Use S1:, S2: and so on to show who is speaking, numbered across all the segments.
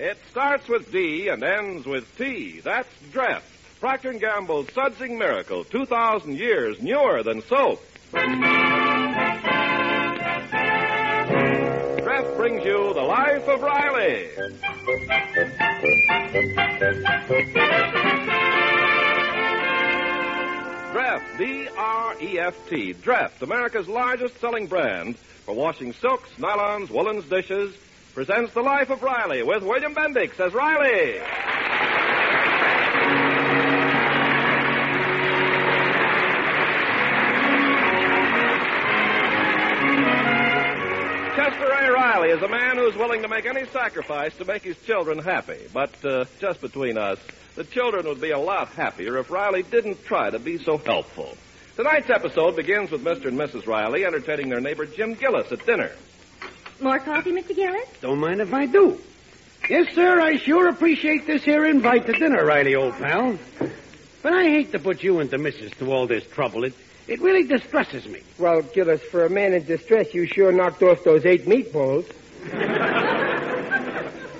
S1: It starts with D and ends with T. That's Dreft. Procter & Gamble's Sudsing Miracle, 2,000 years newer than soap. Dreft brings you The Life of Riley. Dreft, E D-R-E-F-T. Dreft, America's largest selling brand for washing silks, nylons, woolens, dishes, presents The Life of Riley with William Bendix as Riley. Chester A. Riley is a man who's willing to make any sacrifice to make his children happy. But uh, just between us, the children would be a lot happier if Riley didn't try to be so helpful. Tonight's episode begins with Mr. and Mrs. Riley entertaining their neighbor Jim Gillis at dinner.
S2: More coffee, Mr. Gillis?
S3: Don't mind if I do. Yes, sir, I sure appreciate this here invite to dinner, Riley, old pal. But I hate to put you and the missus to all this trouble. It, it really distresses me.
S4: Well, Gillis, for a man in distress, you sure knocked off those eight meatballs.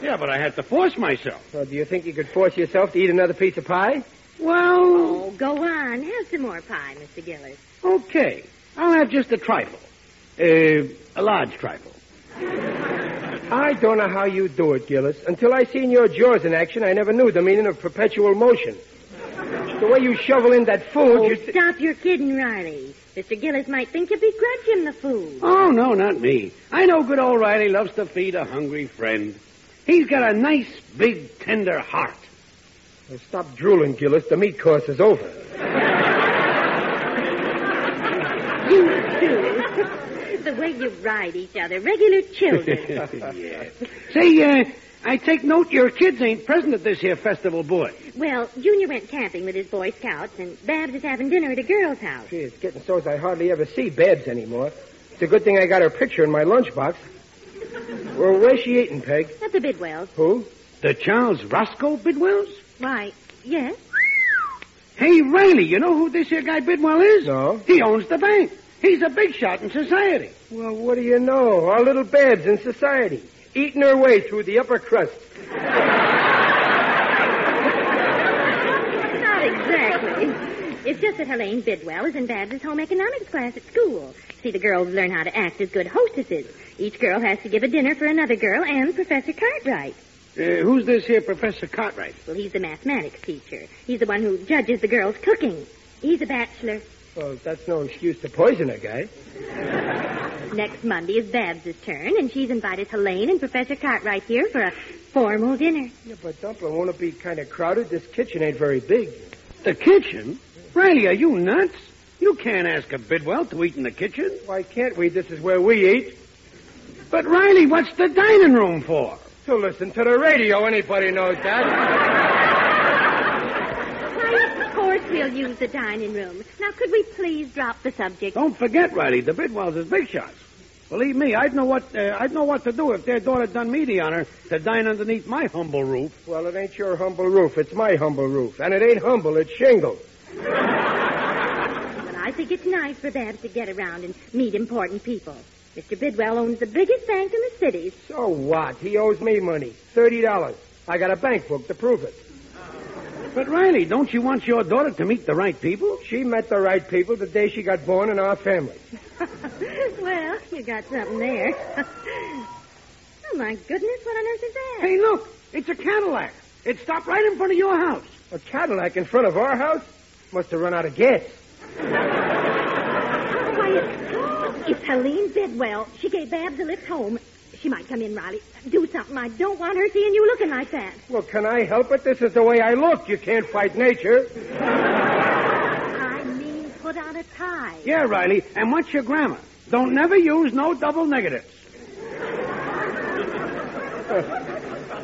S3: Yeah, but I had to force myself.
S4: Well, Uh, do you think you could force yourself to eat another piece of pie?
S3: Well,
S2: Oh, go on. Have some more pie, Mr. Gillis.
S3: okay. I'll have just a trifle. Uh, a large trifle.
S4: I don't know how you do it, Gillis. Until I seen your jaws in action, I never knew the meaning of perpetual motion. The way you shovel in that food,
S2: Oh,
S4: you... th-
S2: stop your kidding, Riley. Mr. Gillis might think you begrudge him the food.
S3: Oh, no, not me. I know good old Riley loves to feed a hungry friend. He's got a nice, big, tender heart.
S4: Stop drooling, Gillis. The meat course is over.
S2: You too. the way you ride each other, regular children.
S3: yeah. Say, uh, I take note your kids ain't present at this here festival board.
S2: well, Junior went camping with his Boy Scouts, and Babs is having dinner at a girl's house.
S4: Gee, it's getting so as I hardly ever see Babs anymore. It's a good thing I got her picture in my lunchbox. Well, where's she eating, Peg?
S2: That's a Bidwell's.
S4: Who?
S3: The Charles Roscoe Bidwells?
S2: Why, yes.
S3: Hey, Riley, you know who this here guy Bidwell is?
S4: No.
S3: He owns the bank. He's a big shot in society.
S4: Well, what do you know? Our little Babs in society, eating her way through the upper crust.
S2: Not exactly. It's just that Helene Bidwell is in Babs' home economics class at school. See, the girls learn how to act as good hostesses. Each girl has to give a dinner for another girl and Professor Cartwright.
S3: Uh, who's this here Professor Cartwright?
S2: Well, he's the mathematics teacher. He's the one who judges the girls' cooking. He's a bachelor.
S4: Well, that's no excuse to poison a guy.
S2: Next Monday is Babs' turn, and she's invited Helene and Professor Cartwright here for a formal dinner.
S4: Yeah, but Dumpling, won't it be kind of crowded? This kitchen ain't very big.
S3: The kitchen? Riley, are you nuts? You can't ask a Bidwell to eat in the kitchen.
S4: Why can't we? This is where we eat.
S3: But, Riley, what's the dining room for?
S4: To listen to the radio, anybody knows that.
S2: Why, of course we'll use the dining room. Now, could we please drop the subject?
S3: Don't forget, Riley, the Bidwells is big shots. Believe me, I'd know what uh, I'd know what to do if their daughter done me the honor to dine underneath my humble roof.
S4: Well, it ain't your humble roof. It's my humble roof. And it ain't humble, it's shingle.
S2: Well, I think it's nice for Babs to get around and meet important people. Mr. Bidwell owns the biggest bank in the city.
S4: So what? He owes me money. Thirty dollars. I got a bank book to prove it.
S3: But Riley, don't you want your daughter to meet the right people?
S4: She met the right people the day she got born in our family.
S2: well, you got something there. oh, my goodness, what on earth is that?
S3: Hey, look, it's a Cadillac. It stopped right in front of your house.
S4: A Cadillac in front of our house? Must have run out of gas.
S2: Oh, Why, it's, it's Helene Bidwell. She gave Babs a lift home. She might come in, Riley. Do something. I don't want her seeing you looking like that.
S4: Well, can I help it? This is the way I look. You can't fight nature.
S2: I mean,
S5: put out a tie.
S3: Yeah, Riley. And what's your grammar? Don't never use no double negatives.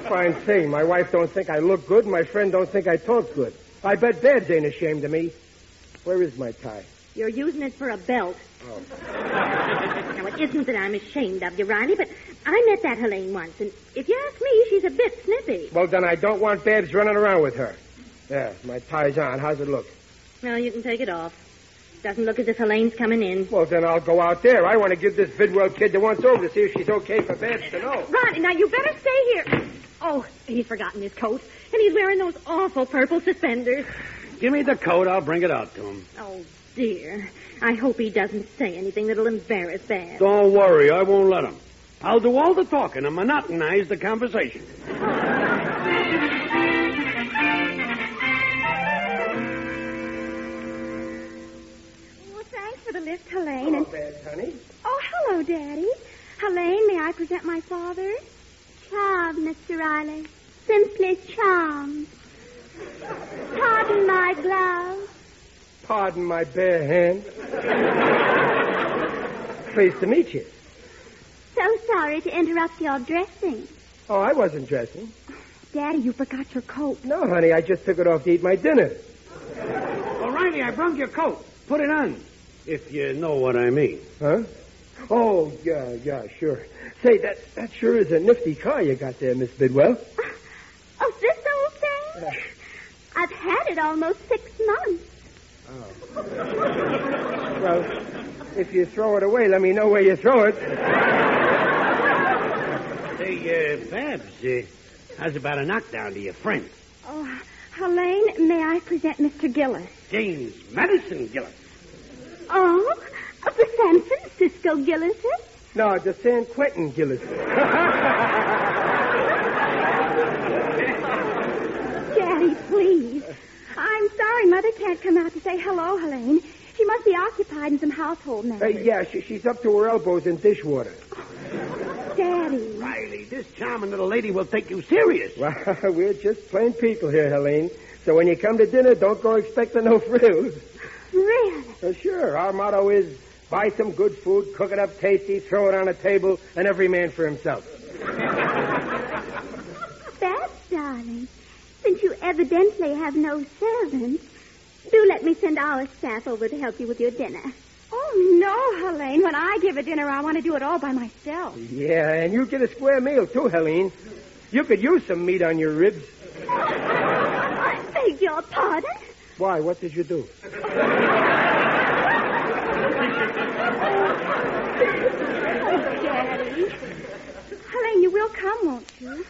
S4: Fine thing. My wife don't think I look good. My friend don't think I talk good. I bet Dad's ain't ashamed of me. Where is my tie?
S5: You're using it for a belt. now, it isn't that I'm ashamed of you, Riley, but I met that Helene once, and if you ask me, she's a bit snippy.
S4: Well, then I don't want Babs running around with her. There, my tie's on. How's it look?
S5: Well, you can take it off. Doesn't look as if Helene's coming in.
S4: Well, then I'll go out there. I want to give this Bidwell kid the once over to see if she's okay for Babs to know.
S5: Ronnie, now you better stay here. Oh, he's forgotten his coat, and he's wearing those awful purple suspenders.
S3: Give me the coat. I'll bring it out to him.
S5: Oh, dear. I hope he doesn't say anything that'll embarrass Dad.
S3: Don't worry. I won't let him. I'll do all the talking and monotonize the conversation.
S5: Well, thanks for the lift, Helene.
S4: Hello,
S5: And...
S4: Babs, honey.
S5: Oh, hello, Daddy. Helene, may I present my father? Charmed, Mr. Riley. Simply charmed. Pardon my glove.
S4: Pardon my bare hand. Pleased to meet you.
S5: So sorry to interrupt your dressing.
S4: Oh, I wasn't dressing.
S5: Daddy, you forgot your coat.
S4: No, honey, I just took it off to eat my dinner.
S3: Well, Riley, I brung your coat. Put it on. If you know what I mean.
S4: Huh? Oh, yeah, yeah, sure. Say, that, that sure is a nifty car you got there, Miss Bidwell.
S5: Oh, this old thing? I've had it almost six months.
S4: Well, if you throw it away, let me know where you throw it.
S3: Hey, uh, Babs, uh, how's about a knockdown to your friend?
S5: Oh, Helene, may I present Mr. Gillis?
S3: James Madison Gillis.
S5: Oh, of the San Francisco Gillises?
S4: No, the San Quentin Gillis.
S5: Daddy, please. I'm sorry Mother can't come out to say hello, Helene. She must be occupied in some household
S4: Uh,
S5: matters.
S4: yeah, she, she's up to her elbows in dishwater.
S5: Daddy.
S3: Riley, this charming little lady will take you serious.
S4: Well, we're just plain people here, Helene. So when you come to dinner, don't go expecting no frills.
S5: Really?
S4: Uh, sure, our motto is buy some good food, cook it up tasty, throw it on a table, and every man for himself.
S5: That's darling. Since you evidently have no servants, do let me send our staff over to help you with your dinner. Oh, no, Helene. When I give a dinner, I want to do it all by myself.
S4: Yeah, and you get a square meal too, Helene. You could use some meat on your ribs.
S5: I beg your pardon.
S4: Why? What did you do?
S5: Oh, Daddy. Helene, you will come, won't you?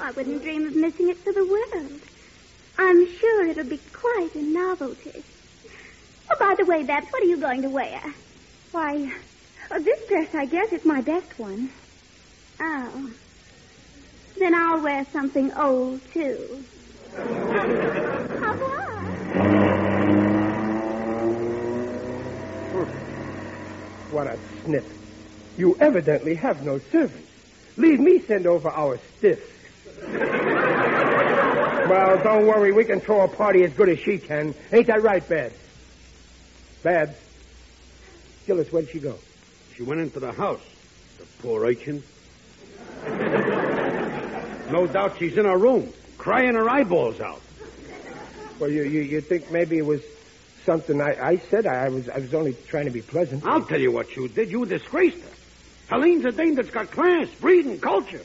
S5: I wouldn't dream of missing it for the world. I'm sure it'll be quite a novelty. Oh, by the way, Babs, what are you going to wear? Why, oh, this dress, I guess, is my best one. Oh. Then I'll wear something old, too. Au revoir.
S4: What a snip. You evidently have no servants. Leave me send over our stiff. well, don't worry. We can throw a party as good as she can. Ain't that right, Babs? Babs? Gillis, where'd she go?
S3: She went into the house. The poor urchin. no doubt she's in her room, crying her eyeballs out.
S4: Well, you, you, you think maybe it was something I, I said? I, I was I was only trying to be pleasant.
S3: I'll tell you what you did. You disgraced her. Helene's a dame that's got class, breed, and culture.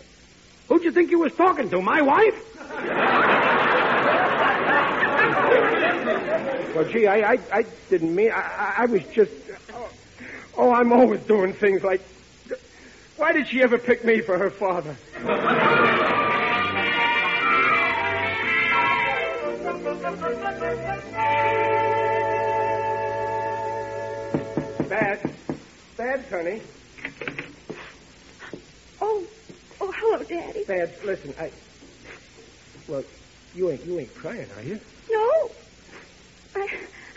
S3: Who'd you think you was talking to, my wife?
S4: Well, gee, I, I, I didn't mean. I- I, I was just. Oh, oh, I'm always doing things like. Why did she ever pick me for her father? Babs, Babs, honey,
S5: Oh, oh, hello, Daddy.
S4: Babs. Listen, I. Well, you ain't you ain't crying, are you?
S5: No. I,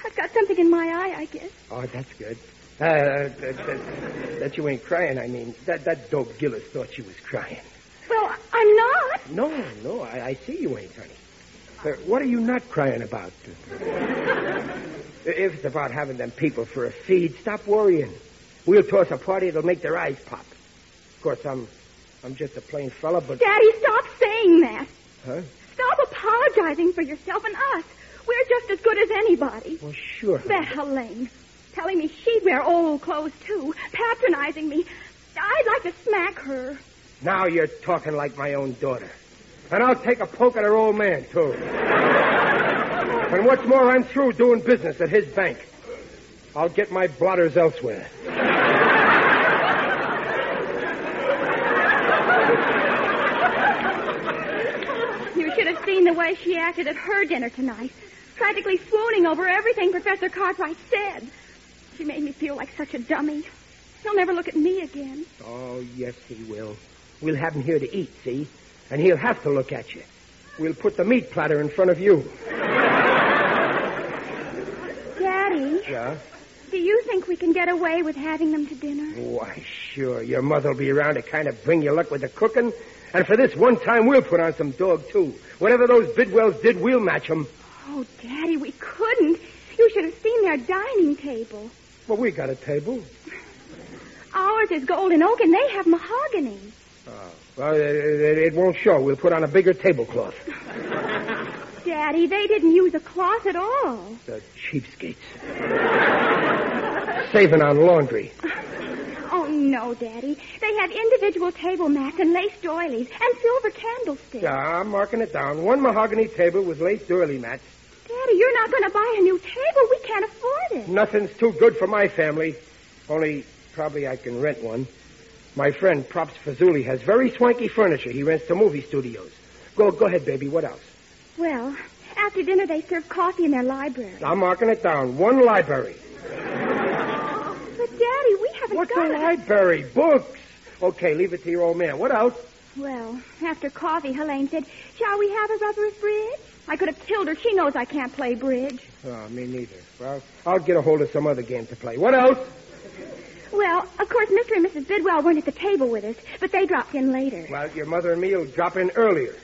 S5: I've got something in my eye, I guess.
S4: Oh, that's good. Uh, that, that, that you ain't crying, I mean. That, that dope Gillis thought she was crying.
S5: Well, I'm not.
S4: No, no, I, I see you ain't, honey. Uh, what are you not crying about? If it's about having them people for a feed, stop worrying. We'll toss a party that'll make their eyes pop. Of course, I'm I'm just a plain fella, but
S5: Daddy, stop saying that.
S4: huh?
S5: Stop apologizing for yourself and us. We're just as good as anybody.
S4: Well, sure.
S5: That Helene. Telling me she'd wear old clothes, too. Patronizing me. I'd like to smack her.
S4: Now you're talking like my own daughter. And I'll take a poke at her old man, too. and what's more, I'm through doing business at his bank. I'll get my blotters elsewhere.
S5: You should have seen the way she acted at her dinner tonight. Practically swooning over everything Professor Cartwright said. She made me feel like such a dummy. He'll never look at me again.
S4: Oh, yes, he will. We'll have him here to eat, see? And he'll have to look at you. We'll put the meat platter in front of you.
S5: Daddy,
S4: Yeah?
S5: do you think we can get away with having them to dinner?
S4: Why, sure. Your mother'll be around to kind of bring you luck with the cooking. And for this one time, we'll put on some dog, too. Whatever those Bidwells did, we'll match 'em.
S5: Oh, Daddy, we couldn't. You should have seen their dining table.
S4: Well, we got a table.
S5: Ours is golden oak and they have mahogany.
S4: Uh, Well, it, it, it won't show. We'll put on a bigger tablecloth.
S5: Daddy, they didn't use a cloth at all.
S4: The cheapskates. Saving on laundry.
S5: Oh, no, Daddy. They had individual table mats and lace doilies and silver candlesticks.
S4: Yeah, I'm marking it down. One mahogany table with lace doily mats.
S5: Daddy, you're not going to buy a new table. We can't afford it.
S4: Nothing's too good for my family. Only, probably I can rent one. My friend, Props Fazuli, has very swanky furniture he rents to movie studios. Go, go ahead, baby. What else?
S5: Well, after dinner, they serve coffee in their library.
S4: I'm marking it down. One library.
S5: But, Daddy, we haven't
S4: What's
S5: got
S4: a library? Books. Okay, leave it to your old man. What else?
S5: Well, after coffee, Helene said, Shall we have a rubber bridge? I could have killed her. She knows I can't play bridge.
S4: Oh, me neither. Well, I'll get a hold of some other game to play. What else?
S5: Well, of course, Mr. and Mrs. Bidwell weren't at the table with us, but they dropped in later.
S4: Well, your mother and me will drop in earlier.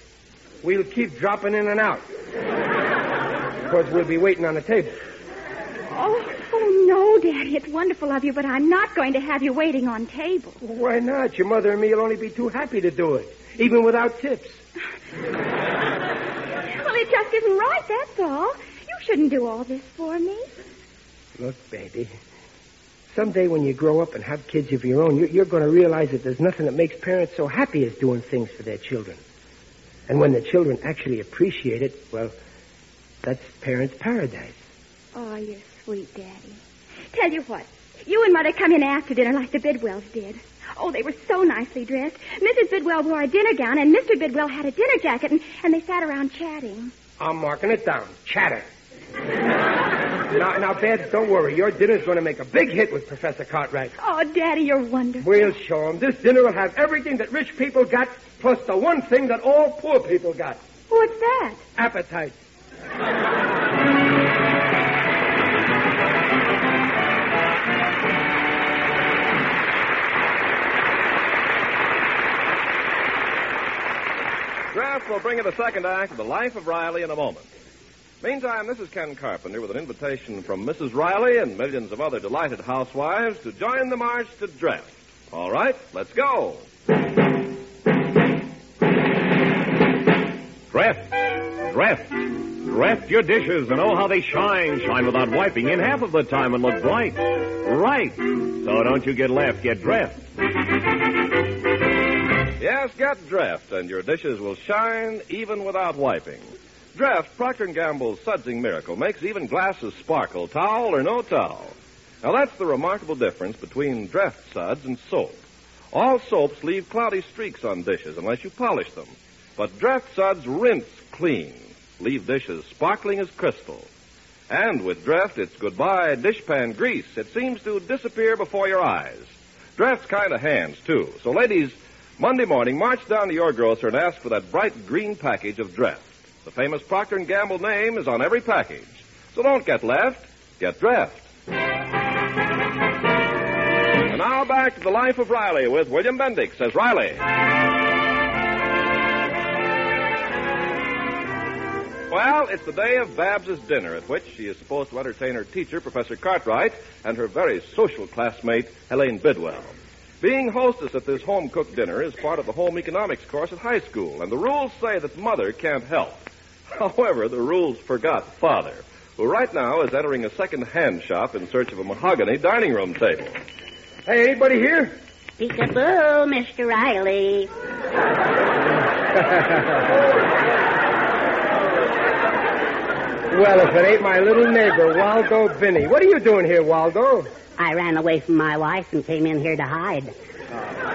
S4: We'll keep dropping in and out. of course, we'll be waiting on the table.
S5: Oh, oh, no, Daddy. It's wonderful of you, but I'm not going to have you waiting on table.
S4: Why not? Your mother and me will only be too happy to do it, even without tips.
S5: Well, it just isn't right, that's all. You shouldn't do all this for me.
S4: Look, baby, someday when you grow up and have kids of your own, you- you're going to realize that there's nothing that makes parents so happy as doing things for their children. And when the children actually appreciate it, well, that's parents' paradise.
S5: Oh, you're sweet, Daddy. Tell you what, you and Mother come in after dinner like the Bidwells did. Oh, they were so nicely dressed. Mrs. Bidwell wore a dinner gown, and Mr. Bidwell had a dinner jacket, and, and they sat around chatting.
S4: I'm marking it down. Chatter. now, now, Babs, don't worry. Your dinner's going to make a big hit with Professor Cartwright.
S5: Oh, Daddy, you're wonderful.
S4: We'll show him. This dinner will have everything that rich people got, plus the one thing that all poor people got
S5: What's that?
S4: appetite.
S1: Graff will bring you the second act of The Life of Riley in a moment. Meantime, this is Ken Carpenter with an invitation from Mrs. Riley and millions of other delighted housewives to join the march to dress. All right, let's go.
S6: Draft, draft, draft your dishes and oh how they shine. Shine without wiping in half of the time and look bright. Right. So don't you get left, get draft.
S1: Yes, get Dreft, and your dishes will shine even without wiping. Dreft, Procter & Gamble's sudsing miracle, makes even glasses sparkle, towel or no towel. Now, that's the remarkable difference between Dreft suds and soap. All soaps leave cloudy streaks on dishes unless you polish them. But Dreft suds rinse clean, leave dishes sparkling as crystal. And with Dreft, it's goodbye dishpan grease. It seems to disappear before your eyes. Draft's kind of hands, too. So, ladies, Monday morning, march down to your grocer and ask for that bright green package of Draft. The famous Procter & Gamble name is on every package. So don't get left, get Draft. And now back to the life of Riley with William Bendix as Riley. Well, it's the day of Babs's dinner, at which she is supposed to entertain her teacher, Professor Cartwright, and her very social classmate, Helene Bidwell. Being hostess at this home cooked dinner is part of the home economics course at high school, and the rules say that mother can't help. However, the rules forgot father, who right now is entering a second hand shop in search of a mahogany dining room table.
S4: Hey, anybody here?
S7: Peekaboo, Mr. Riley.
S4: Well, if it ain't my little neighbor, Waldo Binney. What are you doing here, Waldo?
S7: I ran away from my wife and came in here to hide.
S4: Ah.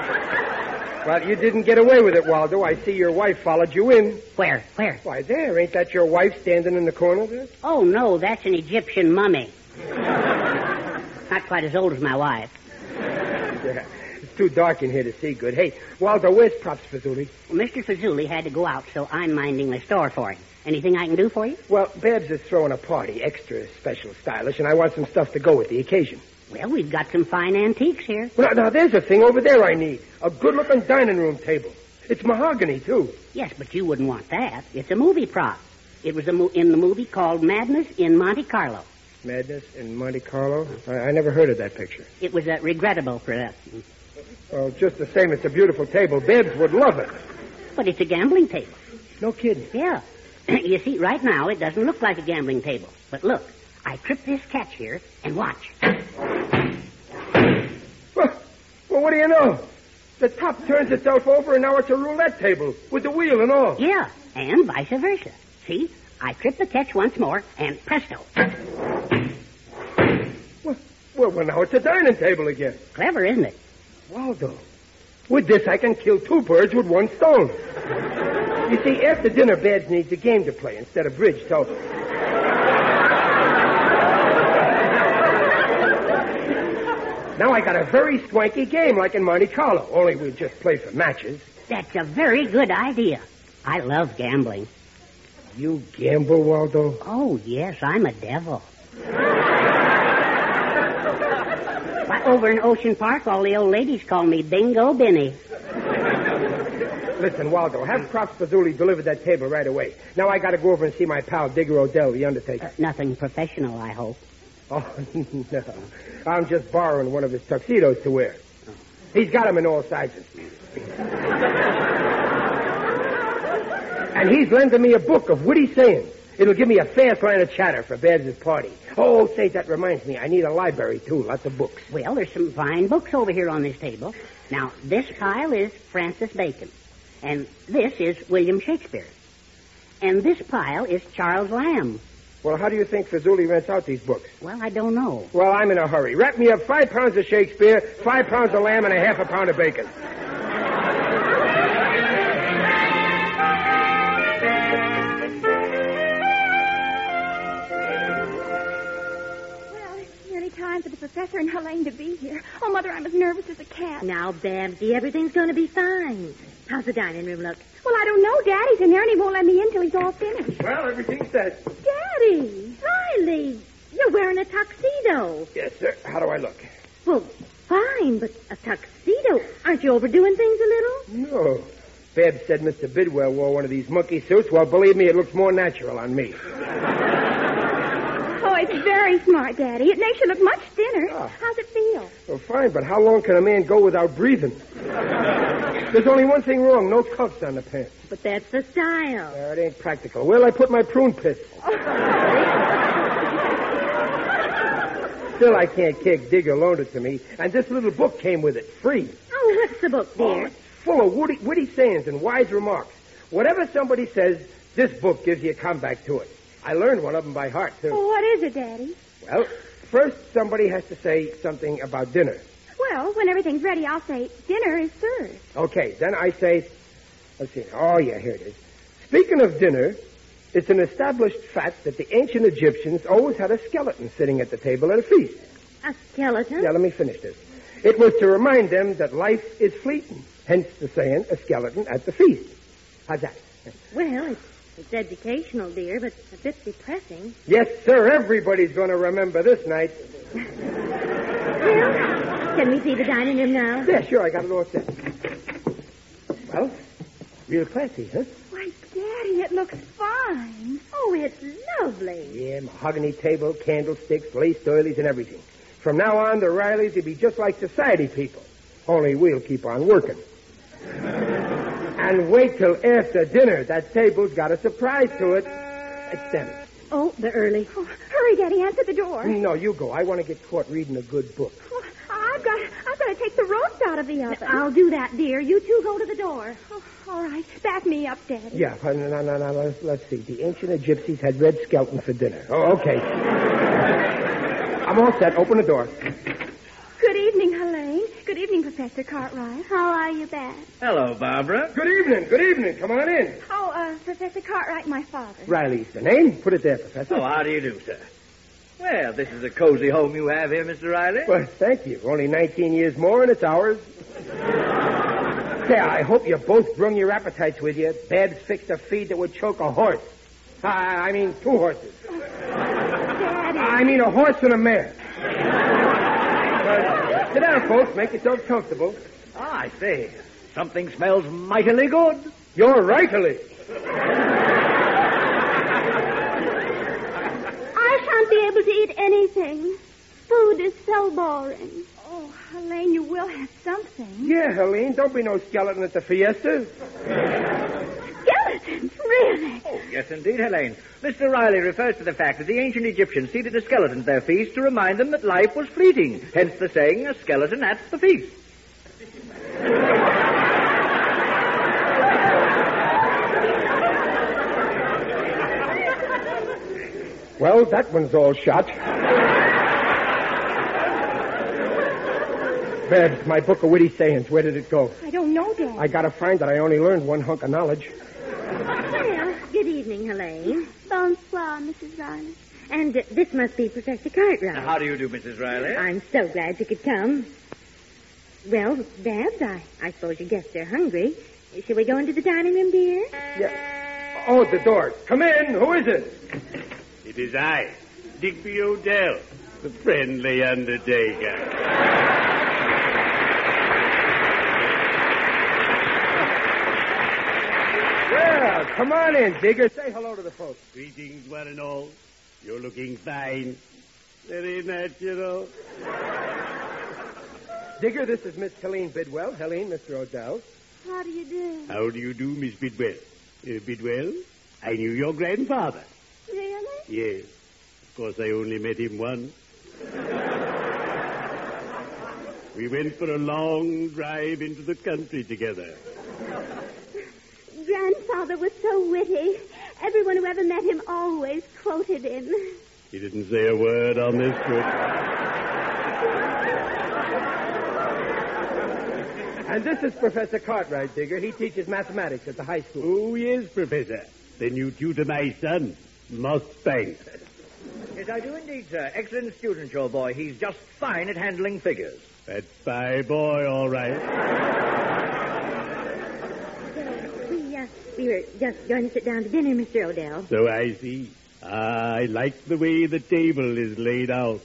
S4: Well, you didn't get away with it, Waldo. I see your wife followed you in.
S7: Where? Where?
S4: Why, there. Ain't that your wife standing in the corner there?
S7: Oh, no, that's an Egyptian mummy. Not quite as old as my wife.
S4: Yeah. It's too dark in here to see good. Hey, Waldo, where's Props Fazuli?
S7: Mr. Fazuli had to go out, so I'm minding the store for him. Anything I can do for you?
S4: Well, Babs is throwing a party, extra special stylish, and I want some stuff to go with the occasion.
S7: Well, we've got some fine antiques here.
S4: Well, now, now, there's a thing over there I need. A good-looking dining room table. It's mahogany, too.
S7: Yes, but you wouldn't want that. It's a movie prop. It was a mo- in the movie called Madness in Monte Carlo.
S4: Madness in Monte Carlo? I, I never heard of that picture.
S7: It was a regrettable production,
S4: Well, just the same, it's a beautiful table. Babs would love it.
S7: but it's a gambling table.
S4: No kidding.
S7: Yeah. you see, right now it doesn't look like a gambling table. But look, I tripped this catch here, and watch.
S4: Well, well, what do you know? The top turns itself over, and now it's a roulette table with the wheel and all.
S7: Yeah, and vice versa. See, I tripped the catch once more, and presto.
S4: Well, well, well, now it's a dining table again.
S7: Clever, isn't it?
S4: Waldo, with this I can kill two birds with one stone. You see, after dinner, Babs needs a game to play instead of bridge, so... now I got a very swanky game like in Monte Carlo, only we just play for matches.
S7: That's a very good idea. I love gambling.
S4: You gamble, Waldo?
S7: Oh, yes, I'm a devil. Why, over in Ocean Park, all the old ladies call me Bingo Benny.
S4: Listen, Waldo, have Props Fazuli deliver that table right away. Now I gotta go over and see my pal Digger Odell, the undertaker.
S7: Uh, Nothing professional, I hope.
S4: Oh, no. I'm just borrowing one of his tuxedos to wear. He's got 'em in all sizes. and he's lending me a book of witty sayings. It'll give me a fast line of chatter for Babs's party. Oh, say, that reminds me. I need a library, too. Lots of books.
S7: Well, there's some fine books over here on this table. Now, this pile is Francis Bacon, and this is William Shakespeare, and this pile is Charles Lamb.
S4: Well, how do you think Fazuli rents out these books?
S7: Well, I don't know.
S4: Well, I'm in a hurry. Wrap me up five pounds of Shakespeare, five pounds of lamb, and a half a pound of bacon.
S5: Well, it's nearly time for the professor and Helene to be here. Oh, Mother, I'm as nervous as a cat.
S2: Now, Babsy, everything's going to be fine. How's the dining room look?
S5: Well, I don't know. Daddy's in there, and he won't let me in till he's all finished.
S4: Well, everything's set.
S2: Daddy, Riley, you're wearing a tuxedo.
S4: Yes, sir. How do I look?
S2: Well, fine, but a tuxedo. Aren't you overdoing things a little?
S4: No. Babs said Mr. Bidwell wore one of these monkey suits. Well, believe me, it looks more natural on me.
S5: Oh, it's very smart, Daddy. It makes you look much thinner.
S4: Ah.
S5: How's it feel?
S4: Well, fine, but how long can a man go without breathing? There's only one thing wrong no cuffs on the pants.
S2: But that's the style.
S4: Uh, it ain't practical. Where'll I put my prune pits? Still, I can't kick. Digger loaned it to me, and this little book came with it, free.
S2: Oh, what's the book, dear?
S4: Full of witty, witty sayings and wise remarks. Whatever somebody says, this book gives you a comeback to it. I learned one of them by heart, too.
S2: Oh.
S5: Well, what is it, Daddy?
S4: Well, first somebody has to say something about dinner.
S5: Well, when everything's ready, I'll say dinner is served.
S4: Okay, then I say, let's see. Oh yeah, here it is. Speaking of dinner, it's an established fact that the ancient Egyptians always had a skeleton sitting at the table at a feast.
S2: A skeleton?
S4: Now let me finish this. It was to remind them that life is fleeting, hence the saying, a skeleton at the feast. How's that?
S2: Well, it's, it's educational, dear, but a bit depressing.
S4: Yes, sir, everybody's going to remember this night.
S2: Well, can we see the dining room now?
S4: Yeah, sure, I got it all set. Well, real classy, huh?
S5: Why, Daddy, it looks fine.
S2: Oh, Oh, it's lovely.
S4: Yeah, mahogany table, candlesticks, lace doilies, and everything. From now on, the Rileys will be just like society people. Only we'll keep on working. and wait till after dinner. That table's got a surprise to it. It's them.
S2: Oh, they're early.
S5: Oh, hurry, Daddy, answer the door.
S4: No, you go. I want to get caught reading a good book.
S5: Oh, I've got I've got to take the roast out of the oven.
S2: I'll do that, dear. You two go to the door.
S5: Oh, all right, back me up, Daddy.
S4: Yeah, uh, no, no, no, no. Let's, let's see. The ancient gypsies had red skeleton for dinner. Oh, okay. I'm all set. Open the door.
S5: Good evening, Helene. Good evening, Professor Cartwright.
S2: How are you, Bat?
S3: Hello, Barbara.
S4: Good evening. Good evening. Come on in.
S5: Oh, uh, Professor Cartwright, my father.
S4: Riley's the name. Put it there, Professor.
S3: Oh, how do you do, sir? Well, this is a cozy home you have here, Mr. Riley.
S4: Well, thank you. Only 19 years more, and it's ours. Say, I hope you both brung your appetites with you. Babs fixed a feed that would choke a horse. I, I mean, two horses.
S5: Daddy.
S4: I mean, a horse and a mare. But sit down, folks. Make yourselves comfortable.
S3: Ah, I see. Something smells mightily good.
S4: You're right, Elise.
S5: I shan't be able to eat anything. Food is so boring. Oh, Helene, you will have something.
S4: Yeah, Helene, don't be no skeleton at the fiesta.
S5: Skeletons, really?
S3: Oh, yes, indeed, Helene. Mr. Riley refers to the fact that the ancient Egyptians seated the skeletons their feast to remind them that life was fleeting, hence the saying, a skeleton at the feast.
S4: Well, that one's all shot. Babs, my book of witty sayings, where did it go?
S5: I don't know, Daddy.
S4: I gotta find that I only learned one hunk of knowledge.
S2: Well, good evening, Helene.
S5: Bonsoir, Mrs. Riley.
S2: And uh, this must be Professor Cartwright.
S3: How do you do, Mrs. Riley?
S2: I'm so glad you could come. Well, Babs, I, I suppose your guests are hungry. Shall we go into the dining room, dear?
S4: Yeah. Oh, the door. Come in. Who is it?
S6: It is I, Digby Odell, the friendly undertaker.
S4: Well, come on in, Digger. Say hello to the folks.
S6: Greetings, one and all. You're looking fine. Very natural.
S4: Digger, this is Miss Helene Bidwell. Helene, Mr. Odell.
S5: How do you do?
S6: How do you do, Miss Bidwell? Uh, Bidwell, I knew your grandfather.
S5: Really?
S6: Yes. Of course, I only met him once. we went for a long drive into the country together.
S5: Grandfather was so witty. Everyone who ever met him always quoted him.
S6: He didn't say a word on this trip.
S4: And this is Professor Cartwright, Digger. He teaches mathematics at the high school.
S6: Oh, yes, Professor. Then you tutor my son, Mustang.
S3: Yes, I do indeed, sir. Excellent student, your boy. He's just fine at handling figures.
S6: That's my boy, all right.
S2: We, uh, we were just going to sit down to dinner, Mr. Odell.
S6: So I see. I like the way the table is laid out.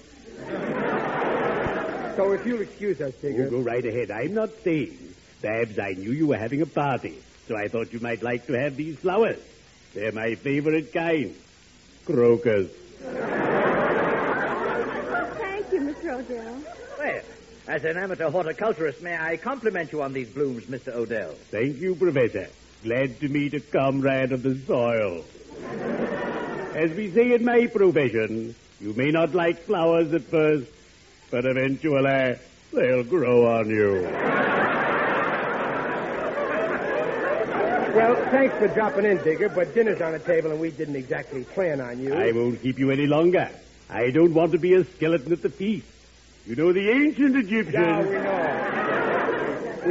S4: So if you'll excuse us, Digger.
S6: You go right ahead. I'm not staying. Babs, I knew you were having a party, so I thought you might like to have these flowers. They're my favorite kind. Crocus.
S5: Thank you, Mr. Odell.
S3: Well, as an amateur horticulturist, may I compliment you on these blooms, Mr. Odell?
S6: Thank you, Professor. Glad to meet a comrade of the soil. As we say in my profession, you may not like flowers at first, but eventually they'll grow on you.
S4: Well, thanks for dropping in, Digger, but dinner's on the table and we didn't exactly plan on you.
S6: I won't keep you any longer. I don't want to be a skeleton at the feast. You know the ancient
S4: Yeah,
S6: Egyptians.
S4: we know.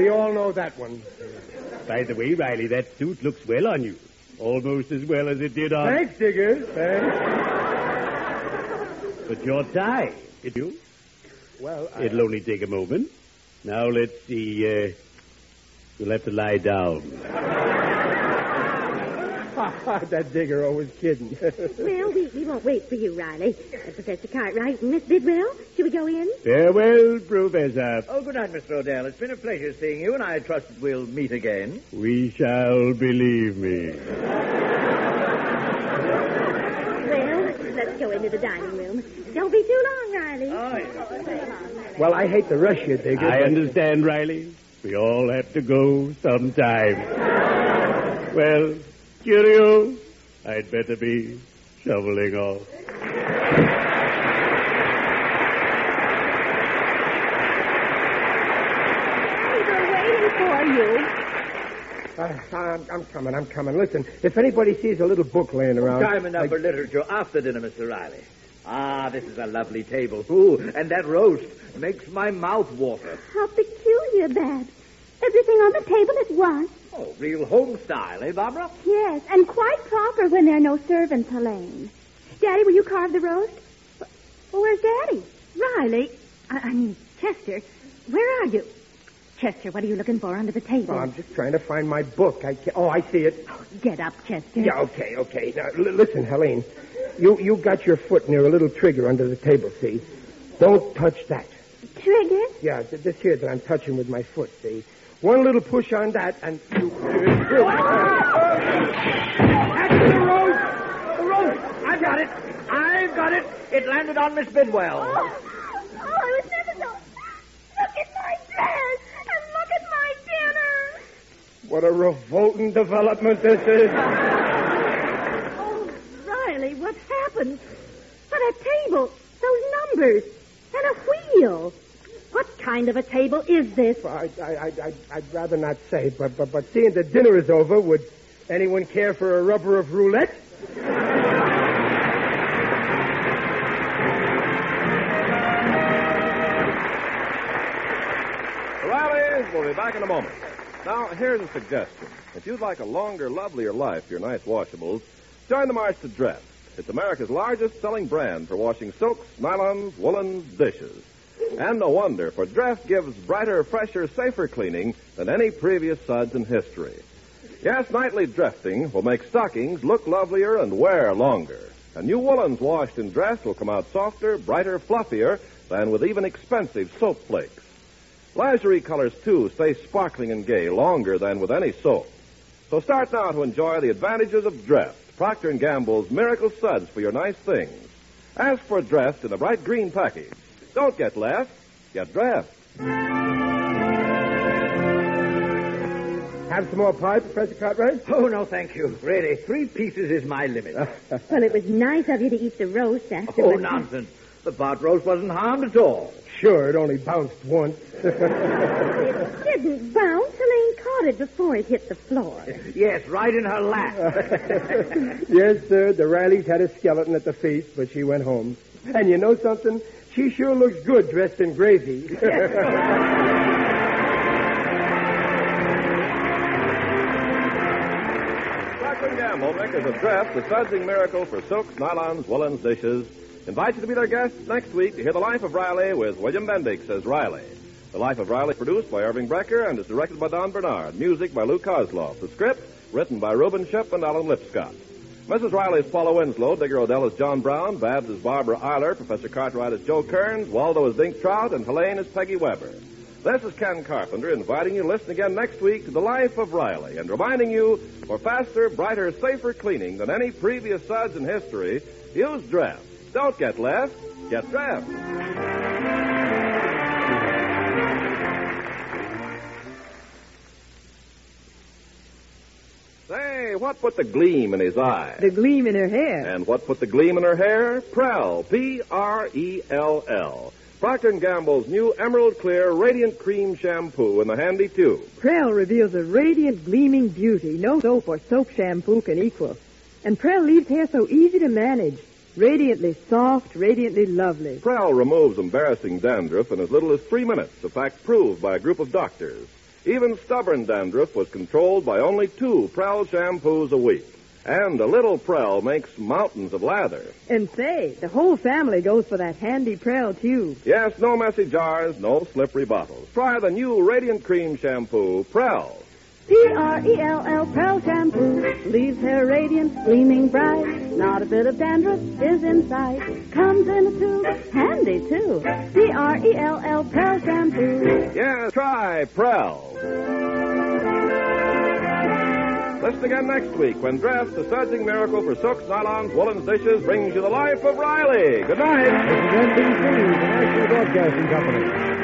S4: We all know that one.
S6: By the way, Riley, that suit looks well on you. Almost as well as it did on.
S4: Thanks, Digger. Thanks.
S6: But your tie, did you?
S4: Well, I...
S6: It'll only take a moment. Now let's see. Uh, you'll have to lie down.
S4: that Digger always kidding.
S2: Well, we, we won't wait for you, Riley. Uh, Professor Cartwright and Miss Bidwell, shall we go in?
S6: Farewell, Professor.
S3: Oh, good night, Mr. Odell. It's been a pleasure seeing you, and I trust that we'll meet again.
S6: We shall believe me.
S2: Let's go into the dining room. Don't be too long, Riley.
S4: Well, I hate to rush you, Digger.
S6: I
S4: but-
S6: understand, Riley. We all have to go sometime. well, cheerio. I'd better be shoveling off.
S2: We were waiting for you.
S4: Uh, I'm, I'm coming, I'm coming. Listen, if anybody sees a little book laying around.
S8: Time enough for literature after dinner, Mr. Riley. Ah, this is a lovely table. Ooh, and that roast makes my mouth water.
S5: How peculiar, Babs. Everything on the table at once.
S8: Oh, real home style, eh, Barbara?
S5: Yes, and quite proper when there are no servants, Helene. Daddy, will you carve the roast? Well, where's Daddy?
S2: Riley, I, I mean, Chester, where are you? Chester, what are you looking for under the table?
S4: Oh, I'm just trying to find my book. I can't... Oh, I see it.
S2: Get up, Chester.
S4: Yeah, okay, okay. Now, l- listen, Helene. You, you got your foot near a little trigger under the table, see? Don't touch that.
S5: Trigger?
S4: Yeah, th- this here that I'm touching with my foot, see? One little push on that, and you...
S8: That's the roast! The roast! I've got it! I've got it! It landed on Miss Bidwell.
S5: Oh, I was never so. Look at my dress! And look at my dinner!
S4: What a revolting development this is.
S2: Oh, Riley, what happened? But a table, those numbers, and a wheel. What kind of a table is this?
S4: Well, I, I, I, I'd- I'd rather not say, but, but, but seeing that dinner is over, would anyone care for a rubber of roulette?
S1: Riley, we'll be back in a moment. Now, here's a suggestion. If you'd like a longer, lovelier life for your nice washables, join the March to Dress. It's America's largest selling brand for washing silks, nylons, woolens, dishes. And no wonder, for Dress gives brighter, fresher, safer cleaning than any previous suds in history. Yes, nightly dressing will make stockings look lovelier and wear longer. And new woolens washed in dress will come out softer, brighter, fluffier than with even expensive soap flakes. Lingerie colors, too, stay sparkling and gay longer than with any soap. So start now to enjoy the advantages of Dress, Procter & Gamble's miracle suds for your nice things. Ask for Dress in a bright green package. Don't get left, get dressed.
S4: Have some more pie, Professor Cartwright?
S8: Oh, no, thank you. Really, three pieces is my limit.
S2: Well, it was nice of you to eat the roast after.
S8: oh,
S2: what-
S8: nonsense. The pot roast wasn't harmed at all.
S4: Sure, it only bounced once.
S2: It didn't bounce. Helene caught it before it hit the floor.
S8: Yes, right in her lap.
S4: yes, sir, the Rileys had a skeleton at the feast, but she went home. And you know something? She sure looks good dressed in gravy.
S1: Procter & Gamble, makers of Dress, the sudsing miracle for silks, nylons, woolens, dishes, invite you to be their guests next week to hear The Life of Riley with William Bendix as Riley. The Life of Riley is produced by Irving Brecker and is directed by Don Bernard. Music by Lou Kozloff. The script written by Reuben Ship and Alan Lipscott. Mrs. Riley is Paula Winslow, Digger Odell is John Brown, Babs is Barbara Eiler, Professor Cartwright is Joe Kearns, Waldo is Dink Trout, and Helene is Peggy Weber. This is Ken Carpenter inviting you to listen again next week to The Life of Riley and reminding you for faster, brighter, safer cleaning than any previous suds in history, use Dreft. Don't get left, get Dreft. Say, what put the gleam in his eye?
S9: The gleam in her hair.
S1: And what put the gleam in her hair? Prell, P-R-E-L-L. Procter & Gamble's new Emerald Clear Radiant Cream Shampoo in the handy tube.
S9: Prel reveals a radiant, gleaming beauty no soap or soap shampoo can equal. And Prel leaves hair so easy to manage. Radiantly soft, radiantly lovely.
S1: Prell removes embarrassing dandruff in as little as three minutes, a fact proved by a group of doctors. Even stubborn dandruff was controlled by only two Prell shampoos a week. And a little Prell makes mountains of lather.
S9: And say, the whole family goes for that handy Prel tube.
S1: Yes, no messy jars, no slippery bottles. Try the new Radiant Cream Shampoo, Prell.
S2: E P-R-E-L-L, Pearl Shampoo. Leaves hair radiant, gleaming bright. Not a bit of dandruff is in sight. Comes in a tube, handy too. E P-R-E-L-L, Pearl Shampoo.
S1: Yes, try Prell. Listen again next week when Draft, the surging miracle for silks, nylons, woolens, dishes, brings you the life of Riley. Good night.
S10: This is NBC, the National Broadcasting Company.